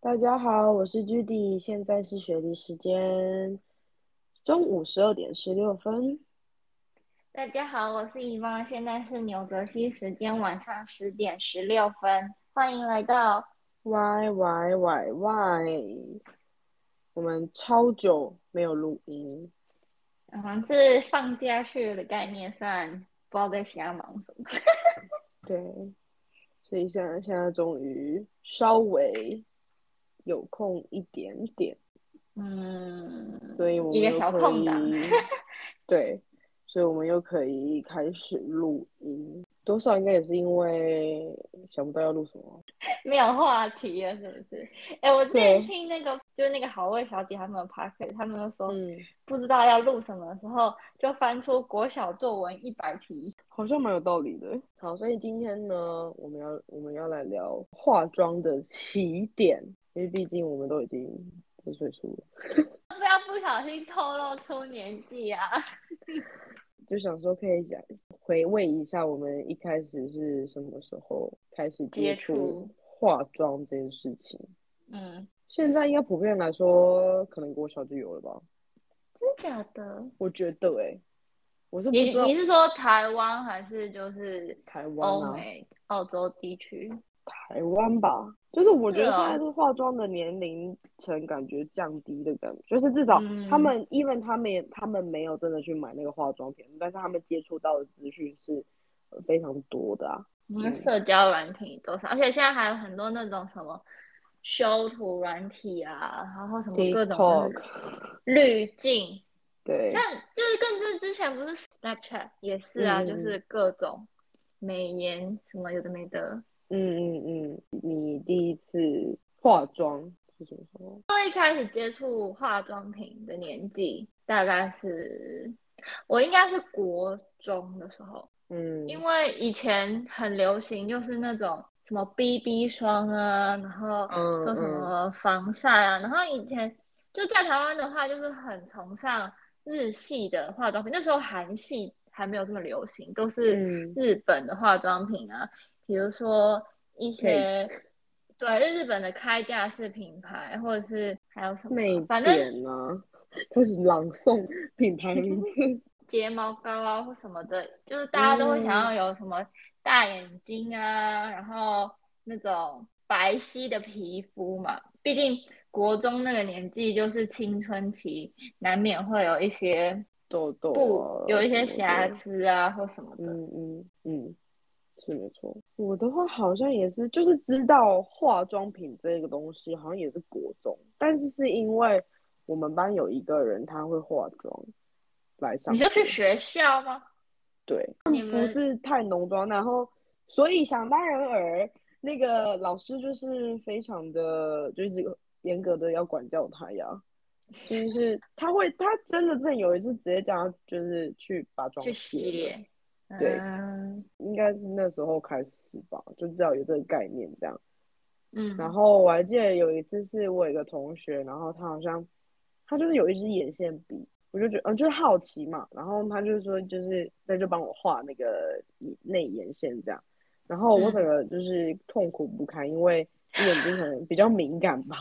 大家好，我是 Judy，现在是雪梨时间中午十二点十六分。大家好，我是遗忘，现在是纽泽西时间晚上十点十六分，欢迎来到喂喂喂喂，我们超久没有录音，好像是放假去的概念，虽然不知道在瞎忙什么。对，所以现在现在终于稍微有空一点点，嗯，所以我们一个又小可空档以 对，所以我们又可以开始录音。多少应该也是因为想不到要录什么，没有话题了，是不是？哎，我之对前听那个就是那个好味小姐他们 p o d 他们都说嗯，不知道要录什么的时候，就翻出国小作文一百题。 好像蛮有道理的。欸好，所以今天呢，我们要我们要来聊化妆的起点，因为毕竟我们都已经这岁数了，不要不小心透露出年纪啊！就想说可以讲回味一下我们一开始是什么时候开始接接触触化妆这件事情。嗯，现在应该普遍来说，可能国小就有了吧？真假的？我觉得、欸，我是不你知道你是哦说台湾还是就是台湾欧啊，美、澳洲地区？台湾吧，就是我觉得是现哦在是化妆的年龄层感觉降低的感觉，就是至少嗯他们、even 他们也他们没有真的去买那个化妆品，但是他们接触到的资讯是呃非常多的啊。那嗯社交软体多少？而且现在还有很多那种什么修图软体啊，然后什么各种 TikTok 滤镜，对像就是更之之前不是 Snapchat 也是啊，嗯就是各种美颜什么有的没的。嗯嗯嗯，你第一次化妆是什么时候？一开始接触化妆品的年纪大概是我应该是国中的时候。嗯，因为以前很流行，就是那种什么 BB 霜啊，然后嗯说什嗯么防晒啊，然后以前就在台湾的话，就是很崇尚日系的化妆品，那时候韩系还没有这么流行，都是嗯日本的化妆品啊，比如说一些 Kate 对，就日本的开架式品牌，或者是还有什么美啊，反正点啊， 开始朗诵品牌名 字。睫毛膏啊或什么的，就是大家都会想嗯要有什么大眼睛啊，然后那种白皙的皮肤嘛。毕竟国中那个年纪就是青春期，难免会有一些痘痘不啊有一些什么瑕的疵啊或什么的。嗯嗯嗯，是没错。我的话好像也是，就是知道化妆品这个东西，好像也是国中，但是是因为我们班有一个人他会化妆来上你学，就去学校吗？对，你不们是太浓妆，然后所以想当然尔，那个老师就是非常的，就是严格的要管教他呀。就是他会，他真的正有一次直接叫他就是去把妆去卸洗了脸？对嗯应该是那时候开始吧，就至少有这个概念这样。嗯，然后我还记得有一次是我有一个同学，然后他好像他就是有一支眼线笔，我就觉得嗯就是好奇嘛，然后他就说就是那就帮我画那个内眼线这样，然后我嗯整个就是痛苦不堪，因为眼睛可能比较敏感吧，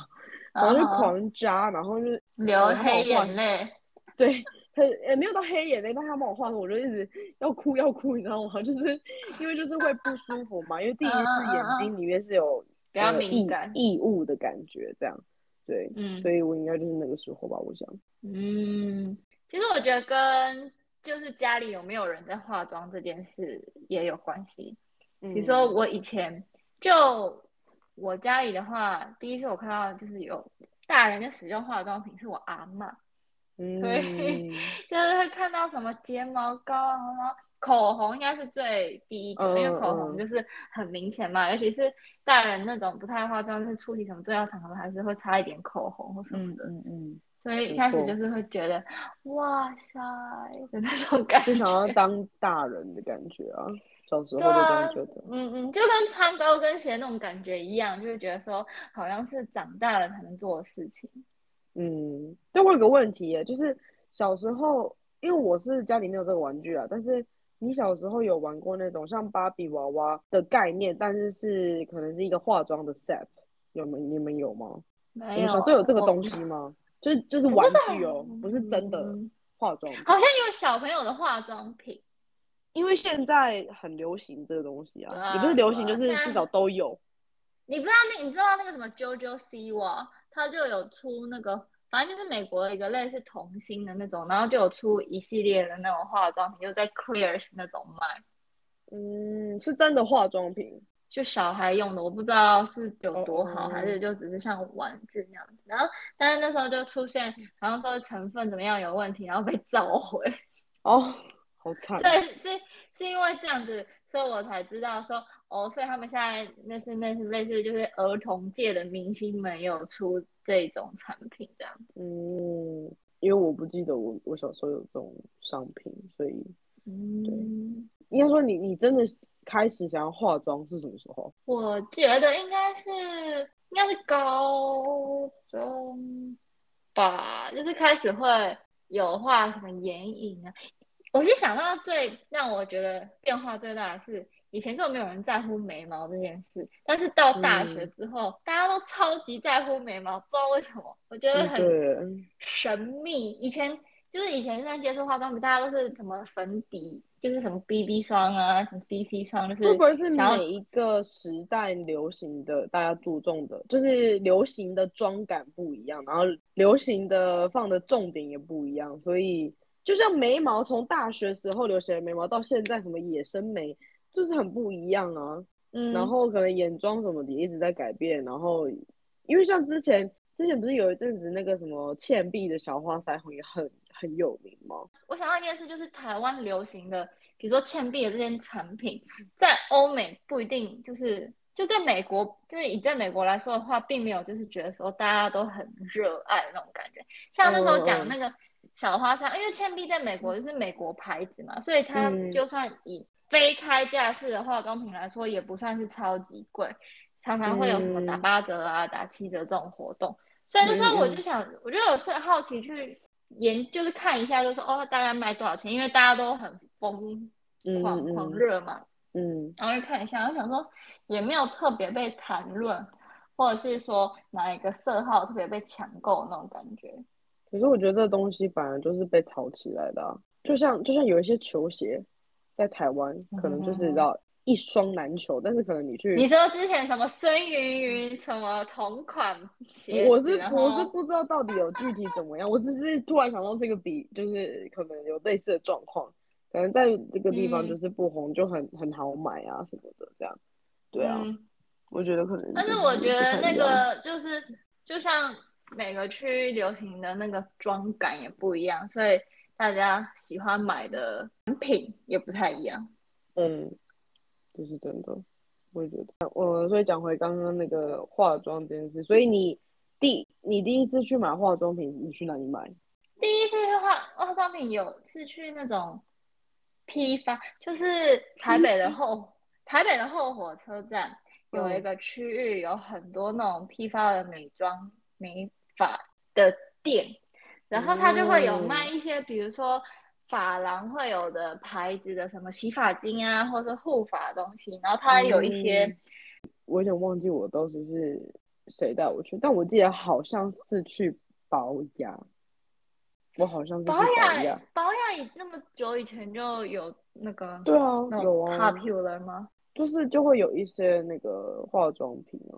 然后就啊狂扎，然后就是流然后黑我画眼泪。对，他也呃没有到黑眼泪，但他帮我画的时候，我就一直要哭要哭，你知道吗？ 就是因为就是会不舒服嘛，因为第一嗯嗯次眼嗯睛里面是有比较呃敏异感异物的感觉，这样对，嗯所以我应该就是那个时候吧，我想，嗯，其实我觉得跟就是家里有没有人在化妆这件事也有关系。比比如嗯嗯说我以前就我家里的话，第一次我看到就是有大人在使用化妆品是我阿嬷，嗯，所 以就是会看到什么睫毛膏啊，然后口红应该是最第一个，因为口嗯嗯红就是很明显嘛，尤其是大人那种不太化妆，就是出席什么重要场合还是会擦一点口红或什么嗯的。嗯嗯，所以没一开始错就是会觉得哇塞的那种感就觉想，要当大人的感觉啊，小时候对就这样啊觉得， 嗯嗯，就跟穿高跟鞋那种感觉一样，就是觉得说好像是长大了才能做的事情。嗯，但我有个问题耶，就是小时候，因为我是家里没有这个玩具啊，但是你小时候有玩过那种像芭比娃娃的概念，但是是可能是一个化妆的 set，有没你们有吗？你没有，啊们小时候有这个东西吗？就是就是玩具哦我，不是真的嗯化妆品。好像有小朋友的化妆品，因为现在很流行这个东西对啊，啊也不是流行，对就啊是现在至少都有。你不知道那你知道那个什么 JoJo Siwa，他就有出那个，反正就是美国的一个类似童星的那种，然后就有出一系列的那种化妆品，就在 Clears 那种卖，嗯，是真的化妆品。就小孩用的，我不知道是有多好，哦还是就只是像玩具那样子。然后，但是那时候就出现，然后说成分怎么样有问题，然后被 召回。哦，好惨。所以 是是因为这样子，所以我才知道说，哦，所以他们现在那是那是类似就是儿童界的明星们也有出这种产品这样子。嗯，因为我不记得我我小时候有这种商品，所以嗯，应该说你你真的开始想要化妆是什么时候？我觉得应该是应该是高中吧，就是开始会有画什么眼影啊。我是想到最让我觉得变化最大的是，以前根本没有人在乎眉毛这件事，但是到大学嗯之后，大家都超级在乎眉毛，不知道为什么，我觉得嗯，很对，神秘。以前就是以前在接触化妆品，大家都是什么粉底，就是什么 BB 霜啊，什么 CC 霜，就是会不会是想要每一个时代流行的，大家注重的，就是流行的妆感不一样，然后流行的放的重点也不一样，所以就像眉毛，从大学时候流行的眉毛到现在什么野生眉，就是很不一样啊。嗯，然后可能眼妆什么的也一直在改变，然后因为像之前之前不是有一阵子那个什么倩碧的小花腮红也很很有名吗？我想到一件事，就是台湾流行的，比如说倩碧的这件产品，在欧美不一定就是，就在美国，就是以在美国来说的话，并没有就是觉得说大家都很热爱那种感觉。像那时候嗯嗯讲那个小花衫，因为倩碧在美国就是美国牌子嘛，所以它嗯就算以非开架式的化妆品来说，也不算是超级贵，常常会有什么打嗯八折啊、打七折这种活动。所以那时候我就想，我就有是好奇去研，就是看一下，就说哦，大概卖多少钱？因为大家都很疯嗯狂狂热嘛，嗯然后就看一下，我想说也没有特别被谈论，或者是说哪一个色号特别被抢购那种感觉。可是我觉得这东西反而就是被炒起来的啊、就像就像有一些球鞋，在台湾可能就是嗯你知道一双难求，但是可能你去你说之前什么孙云云什么同款鞋子，我是然后我是不知道到底有具体怎么样，我只是突然想到这个比就是可能有类似的状况，可能在这个地方嗯就是不红就很很好买啊什么的这样，对啊，嗯我觉得可能。但是我觉得那， 个就是，就像每个区域流行的那个妆感也不一样，所以大家喜欢买的产品也不太一样。嗯，这是真的，我也觉得。我所以讲回刚刚那个化妆这件事，所以你第你第一次去买化妆品，你去哪里买？第一次去化化妆品有是去那种批发，就是台北的后台北的后火车站有一嗯个区域有很多那种批发的美妆美发的店，然后它就会有嗯卖一些，比如说发廊会有的牌子的什么洗发精啊，或者是护发的东西，然后它有一些。嗯我有点忘记我当时是谁带我去，但我记得好像是去保养，嗯我好像是去保保养养。保养那么久以前就有那个对啊，那种有啊， popular 吗？就是就会有一些那个化妆品啊，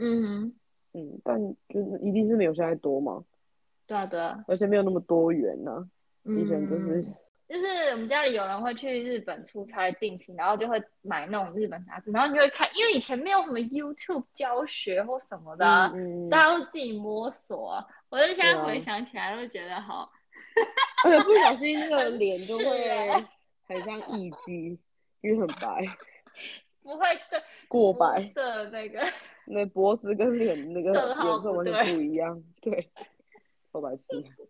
嗯哼。嗯，但就是一定是没有现在多嘛，对啊，对啊，而且没有那么多元呐、以前就是嗯就是我们家里有人会去日本出差定期，然后就会买那种日本杂志，然后你就会看，因为以前没有什么 YouTube 教学或什么的啊、嗯，嗯大家都自己摸索啊。我就现对在啊回想起来，就觉得好，而且不小心那个脸就 是会欸很像艺妓，因为很白，不会对过肤白，色那个，那脖子跟脸那个色号颜色不完全对不一样，对，超白痴。啊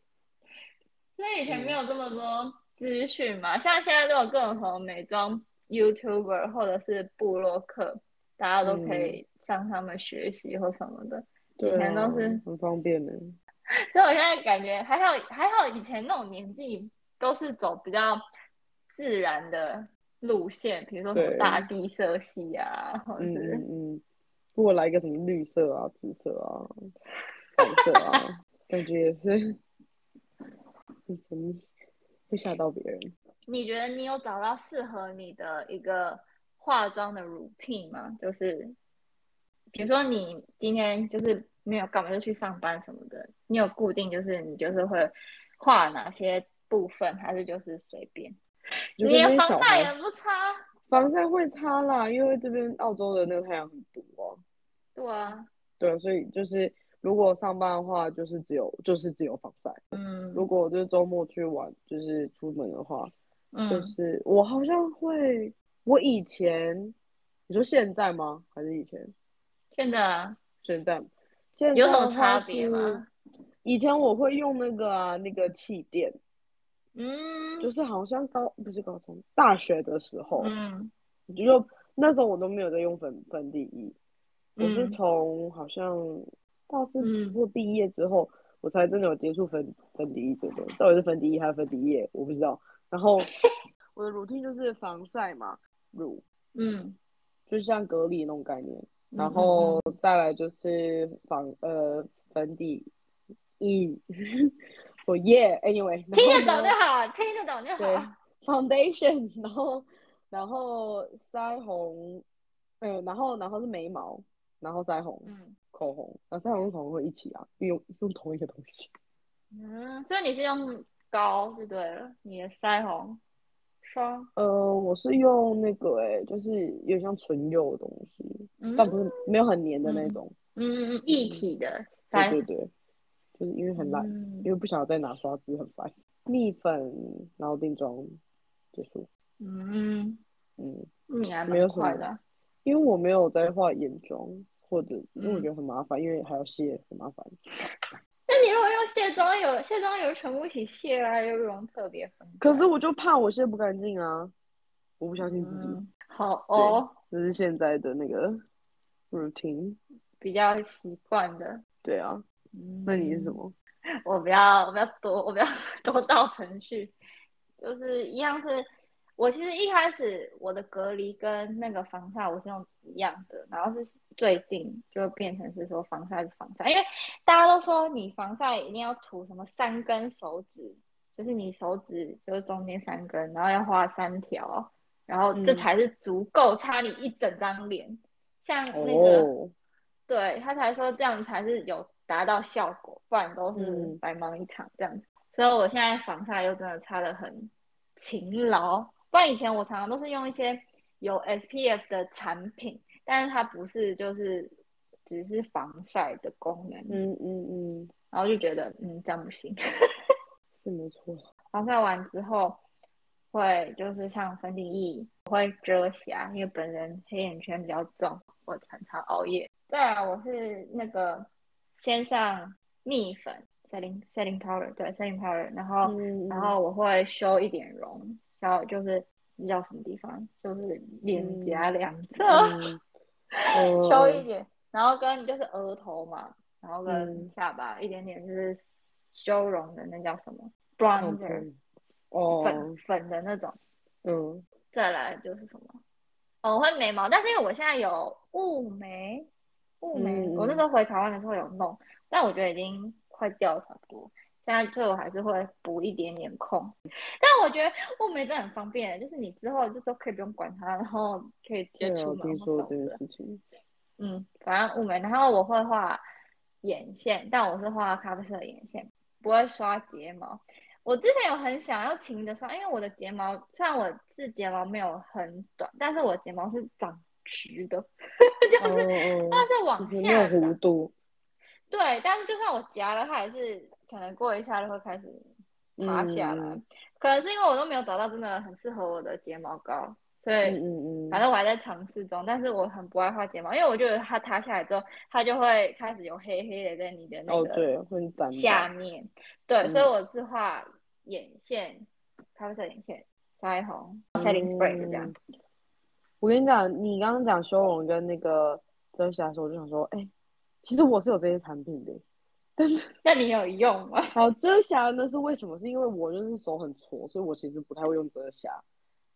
因为以前嗯没有这么多资讯嘛，像现在都有各种什么美妆 YouTuber 或者是部落客，大家都嗯可以向他们学习或什么的。对以前都啊是很方便的。嗯所以我现在感觉还好，还好以前那种年纪都是走比较自然的路线，比如说什么对大地色系啊，或者嗯是嗯嗯，如果来一个什么绿色啊、紫色啊， 感色啊，感觉也是很神秘，会吓到别人。你觉得你有找到适合你的一个化妆的 routine 吗？就是比如说你今天就是没有干嘛就去上班什么的，你有固定就是你就是会画哪些部分，还是就是随便？就你跟那连些防小晒孩也不擦，防晒会擦啦，因为这边澳洲的那个太阳很毒啊。对啊，对啊，所以就是如果上班的话，就是只有就是只有防晒。嗯如果就是周末去玩，就是出门的话，就嗯，是我好像会，我以前，你说现在吗？还是以前？真的啊现在，现在有什的么话差别是吗？以前我会用那个啊，那个气垫，嗯就是好像高不是高中，大学的时候，嗯你就用那时候我都没有在用粉粉底液，我是嗯从好像大四嗯或毕业之后，我才真的有接触粉粉底液这个，到底是粉底液还是粉底液，我不知道。然后 我的乳 o 就是防晒嘛，乳嗯，就像隔离那种概念，然嗯后再来就是防呃粉底液， 我耶，anyway，然嗯听后得懂呢就好，听得懂就对好。 ，foundation，然后然后腮红，呃，然后然后是眉毛，然后腮红、嗯口红，然后腮红跟口红会一起啊，用用同一个东 西。嗯，所以你是用膏就对了，你的腮红霜，呃，我是用那个诶、就是有点像唇釉的东西，嗯但不是没有很黏的那嗯种。嗯嗯，一体的对腮对红，对，就是因为很懒，嗯因为不想再拿刷子，很烦。蜜粉，然后定妆，结束。嗯，嗯，你还没有蛮什快么的啊，因为我没有在画眼妆，或者因为我嗯觉得很麻烦，因为还要卸，很麻烦。那你如果用卸妆油，卸妆油全部一起卸啊，又不用特别分开。可是我就怕我卸不干净啊，我不相信自己，嗯，好哦，这是现在的那 个 routine。比较习惯的。嗯对啊，那你是什？么？ 我不要，我不要多，我不要 多道程序，就是一样是。我其实一开始我的隔离跟那个防晒我是用一样的，然后是最近就变成是说防晒是防晒，因为大家都说你防晒一定要涂什么三根手指，就是你手指就是中间三根，然后要画三条，然后这嗯才是足够擦你一整张脸。像那个、哦，对，他才说这样才是有达到效果，不然都是嗯白忙一场这样子。所以我现在防晒又真的擦的很勤劳，不然以前我常常都是用一些有 SPF 的产品，但是它不是就是只是防晒的功能，嗯嗯嗯，然后就觉得嗯这样不行。是没 错。防晒完之后会就是像粉底液，我会遮瑕，因为本人黑眼圈比较重，我常常熬夜。对啊，我是那个先上蜜粉 setting setting powder，对 setting powder，然后、嗯，然后我会修一点容，然后就是知道什么地方，就是脸颊两侧、嗯嗯 修一点，然后跟就是额头嘛，然后跟嗯下巴、一点点就是修容的那叫什么 bronzer。哦，粉粉的那种，嗯，再来就是什么，哦，我会眉毛，但是因为我现在有雾眉，雾眉，嗯我那时候回台湾的时候有弄，但我觉得已经快掉差不多，现在所以我还是会补一点点空， 但我觉得雾眉真的很方便，就是你之后就都可以不用管它，然后可以直接对啊，出我门听或说什这么的件事 情，嗯，反正雾眉，然后我会画眼线，但我是画咖啡色的眼线，不会刷睫毛。我之前有很想要勤的刷，因为我的睫毛虽然我是睫毛没有很短，但是我睫毛是长直的， 哦就是它哦，是往就是下没有长。弧度，对，但是就算我夹了，它也是可能过一下就会开始塌下来。嗯可能是因为我都没有找到真的很适合我的睫毛膏，所以嗯嗯嗯，反正我还在尝试中，但是我很不爱画睫毛，因为我觉得它塌下来之后，它就会开始有黑黑的在你的那哦个对，会展下吧面。对，嗯所以我是画眼线，咖啡色眼线、腮红、setting spray 就这嗯样。我跟你讲，你刚刚讲修容跟那个遮瑕的时候，我就想说，哎、其实我是有这些产品的。那你有用吗？ 好，遮瑕呢是为什么？是因为我就是手很挫，所以我其实不太会用遮瑕。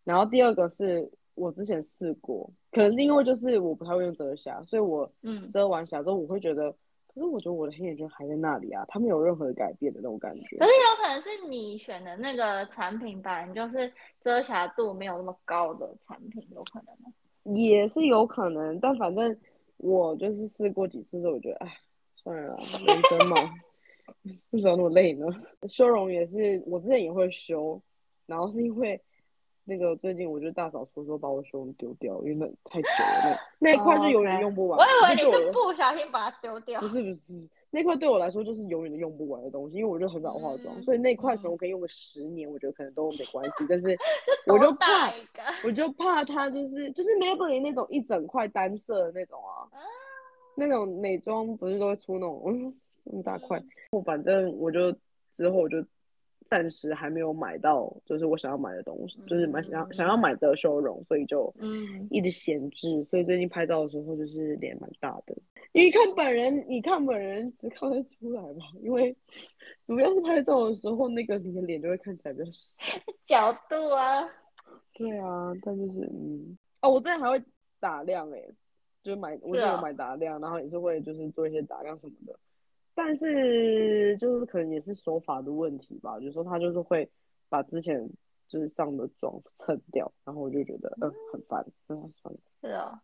然后第二个是我之前试过，可能是因为就是我不太会用遮瑕，所以我嗯遮完瑕之后，我会觉得可是我觉得我的黑眼圈还在那里啊，它没有任何改变的那种感觉可。是有可能是你选的那个产品吧，你就是遮瑕度没有那么高的产品，有可能吗。也是有可能，但反正我就是试过几次之后，我觉得哎，算了啦，人生嘛， 为什么那么累呢？修容也是，我之前也会修，然后是因为那个最近我就大扫除的时候把我修容丢掉，因为那太久了，那那一块就永远用不完。哦我以为那你对我是不小心把它丢掉不。是不是，那块对我来说就是永远都用不完的东西，因为我就很少化妆，嗯所以那块可能我可以用个十年，我觉得可能都没关系。 但是我多就大怕，一个？我就怕它就是就是 Maybelline 那种一整块单色的那种啊，啊那种美妆不是都会出那种嗯这么大块嗯，我反正我就之后我就暂时还没有买到，就是我想要买的东西，就是买想要想要买的修容，所以就嗯，一直闲置，所以最近拍照的时候就是脸蛮大的。你看本人，你看本人只看得出来吧，因为 主要是拍照的时候，那个你的脸就会看起来比较小。角度啊，对啊，但就是嗯，哦，我之前还会打亮诶、就是买，我之前是啊有买打亮，然后也是会就是做一些打亮什么的，但是就是可能也是手法的问题吧，有时候他就是会把之前就是上的妆蹭掉，然后我就觉得嗯很烦，嗯算了，是哦。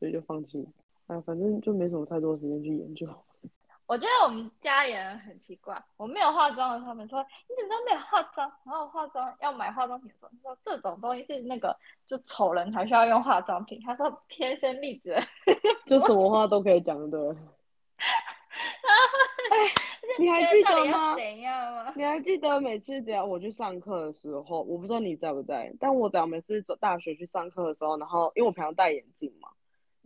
所以就放弃。哎，反正就没什么太多时间去研究。 我觉得我们家里人很奇怪，我没有化妆的时候，他们说你怎么都没有化妆？然后我化妆要买化妆品的时候，他说这种东西是那个就丑人才需要用化妆品，他说天生丽质。就什么话都可以讲 的。哎，你还记得吗到底要？怎样啊？你还记得每次只要我去上课的时候，我不知道你在不在，但我只要每次走大学去上课的时候，然后因为我平常戴眼镜嘛，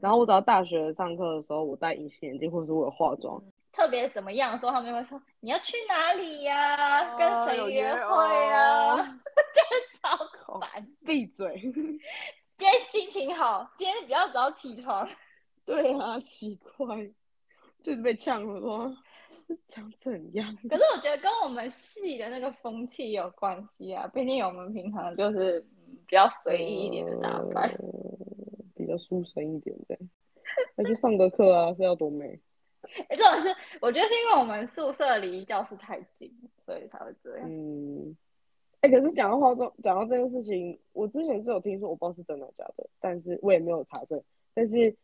然后我只要大学上课的时候我戴隐形眼镜，或者是我有化妆，特别怎么样的时候，他们就会说你要去哪里呀、哦嗯跟谁约会有啊，约哦就是超烦。闭嘴。 今天心情好，今天比较早起床，对啊，奇怪，就是被呛了说这长怎样？可是我觉得跟我们系的那个风气有关系啊，毕竟我们平常就是嗯比较随意一点的打扮。嗯比较舒神一点这样。要去上个课啊，是要多美？哎、这种是我觉得是因为我们宿舍离教室太近，所以才会这样。嗯，哎、可是讲到化妆，讲到这件事情，我之前是有听说，我不知道是真的假的，但是我也没有查证，但是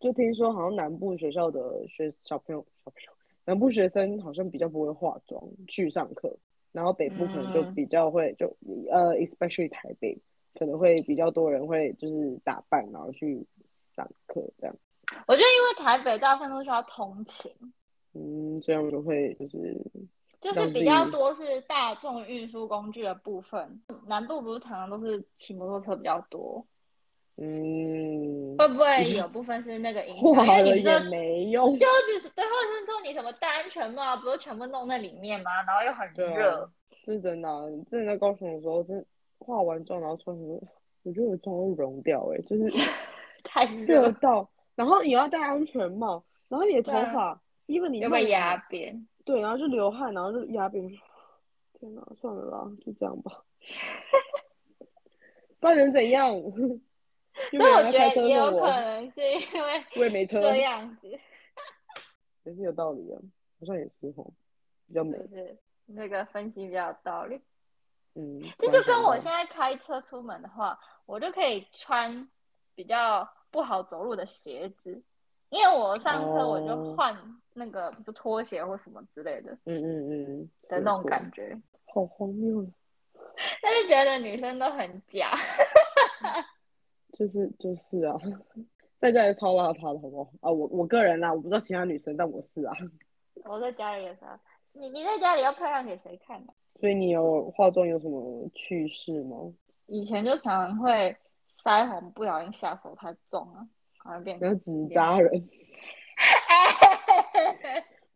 就听说好像南部学校的学小朋友小朋友，南部学生好像比较不会化妆去上课，然后北部可能就嗯比较会、就呃，especially 台北可能会比较多人会就是打扮然后去上课这样，我觉得因为台北大部分都需要通勤，嗯，这样就会就是就是让自己比较多是大众运输工具的部分。南部不是常常都是骑摩托车比较多，嗯， 会不会你说有部分是那个影响？化哦因为了你不也是没用。就是对，或者是说你什么戴安全帽啊，不是全部弄那里面吗？然后又很对啊热，是真的、啊，真的在高雄的时候，真的化完妆然后穿什么，我觉得我妆都融掉哎、欸， 就是太热热，到，然后也要戴安全帽，然后你的头对啊发，因为你又弄被完压，扁。对，然后就流汗，然后就压扁，天哪，算了啦，就这样 吧，不然能怎样？又所没以有我人觉开车得也有送我可，能是因为我也没车，这样子，也是有道理啊，好像也是吼，比较美就，是那个分析比较有道理。嗯，这蛮就好跟我的现在开车出门的话，我就可以穿比较不好走路的鞋子，因为我上车我哦就换那个，比如说拖鞋或什么之类的嗯嗯嗯的那种是感觉。好荒谬啊。但是觉得女生都很假，就是就是啊， 在家里超邋遢的好不好？啊，我我个人啦、我不知道其他女生，但我是啊。 我在家里也是啊。你你在家里要漂亮给谁看呢、所以你有化妆有什么趣事吗？以前就常常会腮红不小心下手太重了，好像变然后纸扎 人，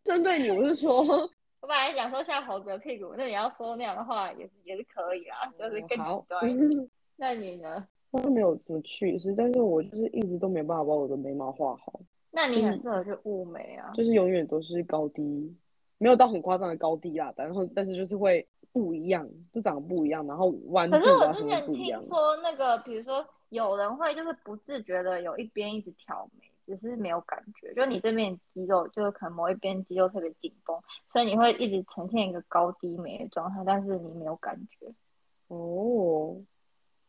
针对你，我是说，我本来想说像猴子的屁股，那你要说那样的话也是也是可以啦， 就是更哦好极端一点。那你呢？ 我没有什么趣事，但是我就是一直都没办法把我的眉毛画好，那你很嗯适合去雾眉啊，就是永远都是高低，没有到很夸张的高低啦，然后但是就是会不一样，就长得不一样，然后弯度可是我啊什之么前不一样听。说那个，比如说有人会就是不自觉的有一边一直挑眉只是没有感觉，就你这边肌肉，就是可能某一边肌肉特别紧绷，所以你会一直呈现一个高低眉的状态，但是你没有感觉。哦，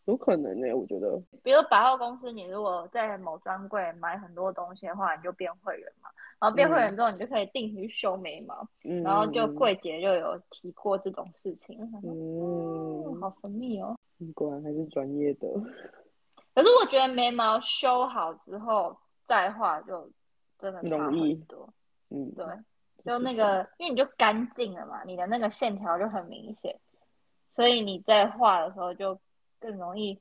有可能呢、我觉得。比如百货公司，你如果在某专柜买很多东西的话，你就变会员嘛，然后变会员之后，你就可以定期去修眉毛，嗯，然后就柜姐就有提过这种事情，我想说哦，嗯，好神秘哦。你果嗯然还是专业的。可是我觉得眉毛修好之后再画就真的差容易很多，嗯，对，这就是那真的个，因为你就干净了嘛，你的那个线条就很明显，所以你在画的时候就更容易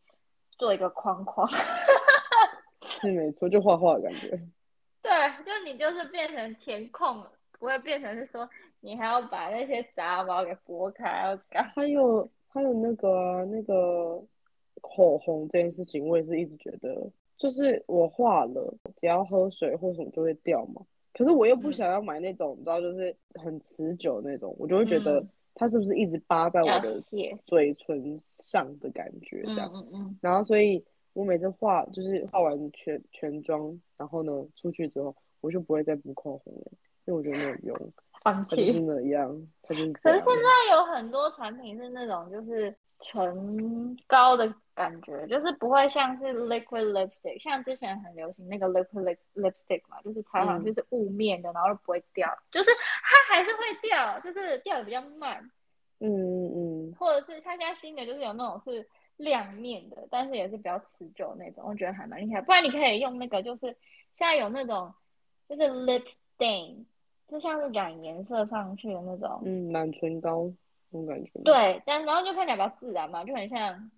做一个框框。 是没错，就画画的感觉。对，就你就是变成填空了，不会变成是说你还要把那些杂毛给拨开，要干嘛？还有还有那个啊那个口红这件事情，我也是一直觉得，就是我画了，只要喝水或什么就会掉嘛。可是我又不嗯想要买那种，你知道，就是很持久那种，我就会觉得嗯它是不是一直扒在我要的卸。嘴唇上的感觉这嗯样。嗯嗯，然后所以我每次化就是化完全全妆，然后呢出去之后，我就不会再补口红了，因为我觉得没有用，放它就弃是。那样，它就是这可是样。现在有很多产品是那种就是唇膏的感觉，就是不会像是 liquid lipstick，像之前很流行那个 liquid lip lipstick 嘛，就是擦上去是雾面的，然后就不会掉，就是它还是会掉，就是掉的比较慢，嗯嗯嗯，或者是它现在新的就是有那种是亮面的，但是也是比较持久那种，我觉得还蛮厉害。不然你可以用那个，就是现在有那种就是 lip stain，就像是染颜色上去的那种。嗯，染唇膏那种感觉。，对，啊但然后就看起来比较自然嘛，就很像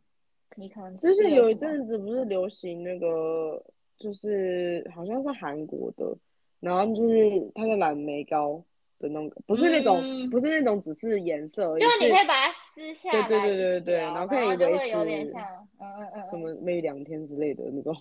你可能之前有一吃了阵什么子不是流行那个，就是好像是韩国的，然后就是它叫染眉膏的那种，不是那种，嗯不是那种只是颜色而已，就是你是可以把它撕下对来，对对对对，然后可以就维会有点持像，嗯嗯嗯什嗯，么 maybe 两天之类的那种。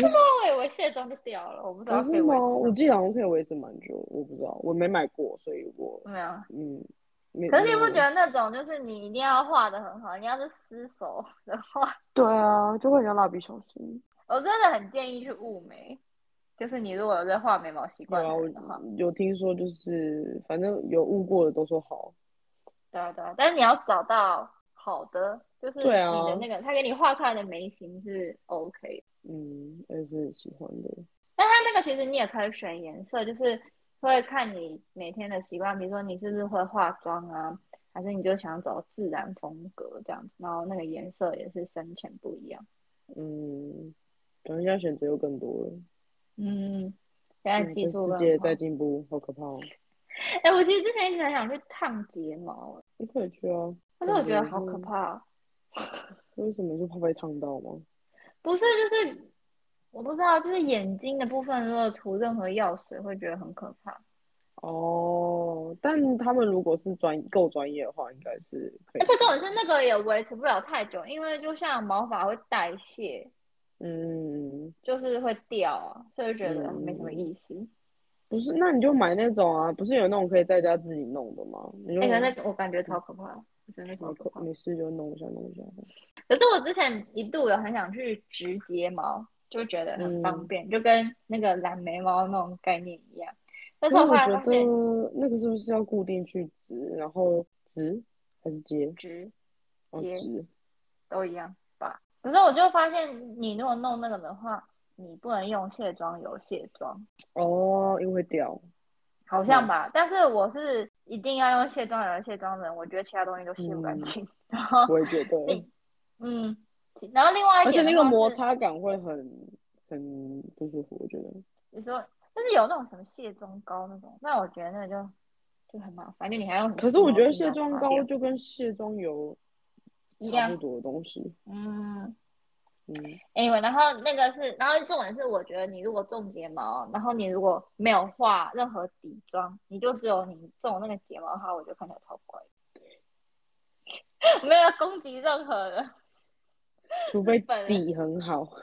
那我以为卸妆就掉了，我不知道不可是以维哦吗？我持记得好像可以维持蛮久，我不知道，我没买过，所以我多久没有。嗯，没可是你不没有觉得那种就是你一定要画的很好，你要是撕手的话，对啊，就会像蜡笔小新。我真的很建议去雾眉，就是你如果有在画眉毛习对惯啊，的我人的话，有听说，就是反正有悟过的都说好。对啊对啊，但是你要找到好的，就是你对啊的那个他给你画出来的眉形是 OK 的。嗯，我也是很喜欢的。但它那个其实你也可以选颜色，就是会看你每天的习惯，比如说你是不是会化妆啊，还是你就想走自然风格这样子，然后那个颜色也是深浅不一样。嗯，感觉现在选择又更多了。嗯，现在嗯，技这术世更界好在。进步，好可怕哦！哎、我其实之前一直很想去烫睫毛，你可以去啊。但是我觉得感好可是。怕哦。为什么你是怕被烫到吗？不是，就是我不知道，就是眼睛的部分，如果涂任何药水，会觉得很可怕。哦，但他们如果是专够专业的话，应该是可以而。且重点是那个也维持不了太久，因为就像毛发会代谢，嗯，就是会掉啊，所以就觉得没什么意思。不是，那你就买那种啊，不是有那种可以在家自己弄的吗？你就哎、可是那个我感觉超可怕，我觉得那好超可怕。没事就弄一下弄一下。可是我之前一度有很想去植睫毛，就觉得很方嗯便，就跟那个染眉毛那种概念一样。但可是是我我后来觉发现得那个是不是要固定去植，然后植还是接？植哦，接植。都一样吧。可是我就发现，你如果弄那个的话，你不能用卸妆油卸妆，哦，因为会掉。好像吧？但是我是一定要用卸妆油卸妆的人，我觉得其他东西都卸不干嗯净。然后我也觉得，你嗯，其然后另外一而且点的那个话摩是，擦感会很很不舒服，我觉得。你说，但是有那种什么卸妆膏那种，那我觉得那个就就很麻烦，就你还要用什么可是我觉得洗卸毛巾妆把它擦膏掉就跟卸妆油一差样不多的东西。嗯 嗯， ，anyway，然后那个是，然后重点是，我觉得你如果种睫毛，然后你如果没有画任何底妆，你就只有你种那个睫毛的话，我觉得看起来超怪的， 没有攻击任何人，除非本人底很好。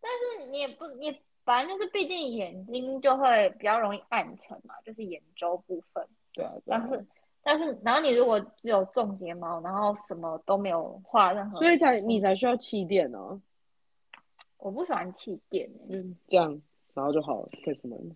但是你也不你。反正就是，毕竟眼睛就会比较容易暗沉嘛，就是眼周部分。对啊，对但啊。是但是，然后你如果只有种睫毛，然后什么都没有画任何，所以才你才需要气垫啊，我不喜欢气垫欸、嗯，这样然后就好了，可以出门了，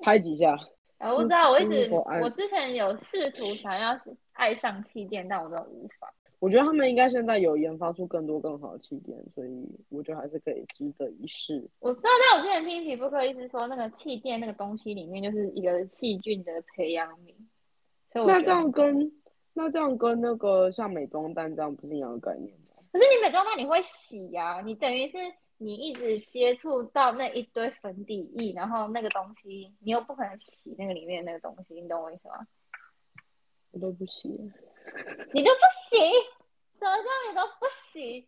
拍几下。哎我不知道，我一直嗯我爱我之前有试图想要是爱上气垫，但我都无法。我觉得他们应该现在有研发出更多更好的气垫，所以我觉得还是可以值得一试。我知道，但我之前听皮肤科医师说，那个气垫那个东西里面就是一个细菌的培养皿，所以我那觉这样得跟那这样跟那个像美妆蛋这样不是一样的概念吗？可是你美妆蛋你会洗呀、你等于是你一直接触到那一堆粉底液，然后那个东西你又不可能洗那个里面那个东西，你懂我意思吗？我都不洗，你都不洗，什么叫你都不洗？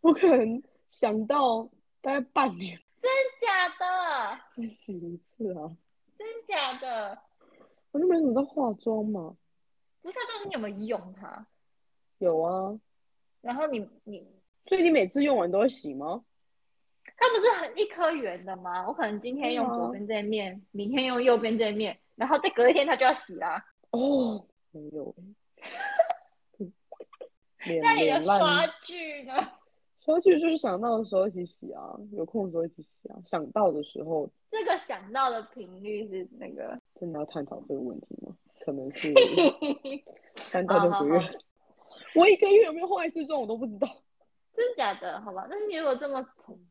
我可能想到大概半年真假的？才洗一次啊，真假的？我就没怎么在化妆嘛。不是啊，但是你有没有用它？有啊，然后你你所以你每次用完都会洗吗？它不是很一颗圆的吗？我可能今天用对啊左边这一面，明天用右边这一面，然后再隔一天它就要洗啦。哦，没有 欸。脸那你的脸烂刷具呢？刷剧就是想到的时候一起洗啊，有空的时候一起洗啊，想到的时候这个想到的频率是那个，真的要探讨这个问题吗？可能 是真三到六个月好好，我一个月有没有化一次妆我都不知道。的假的？好吧，但是你如果这么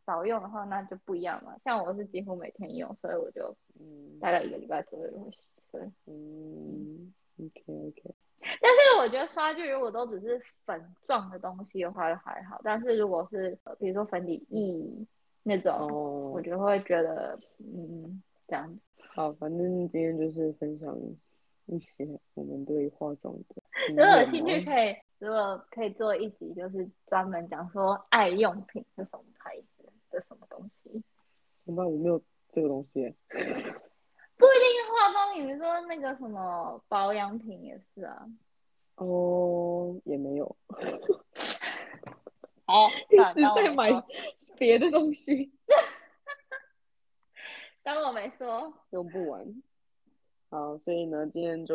少用的话，那就不一样了。像我是几乎每天用，所以我就嗯大概一个礼拜左右就会洗。所以，嗯，OK OK，但是我觉得刷具如果都只是粉状的东西的话就还好，但是如果是呃比如说粉底液那种，我哦，就会觉得嗯这样子。好，反正今天就是分享一些我们对化妆的经如果有验啊兴趣嘛。可以，如果可以做一集，就是专门讲说爱用品是什么牌子的什么东西，怎么办？我没有这个东西耶。不一定是化妆品，比如说那个什么保养品也是啊。哦，也没有， 好，哦一算了哦直当我在没买说别的东西，当我没说。用不完。好，所以呢，今天就。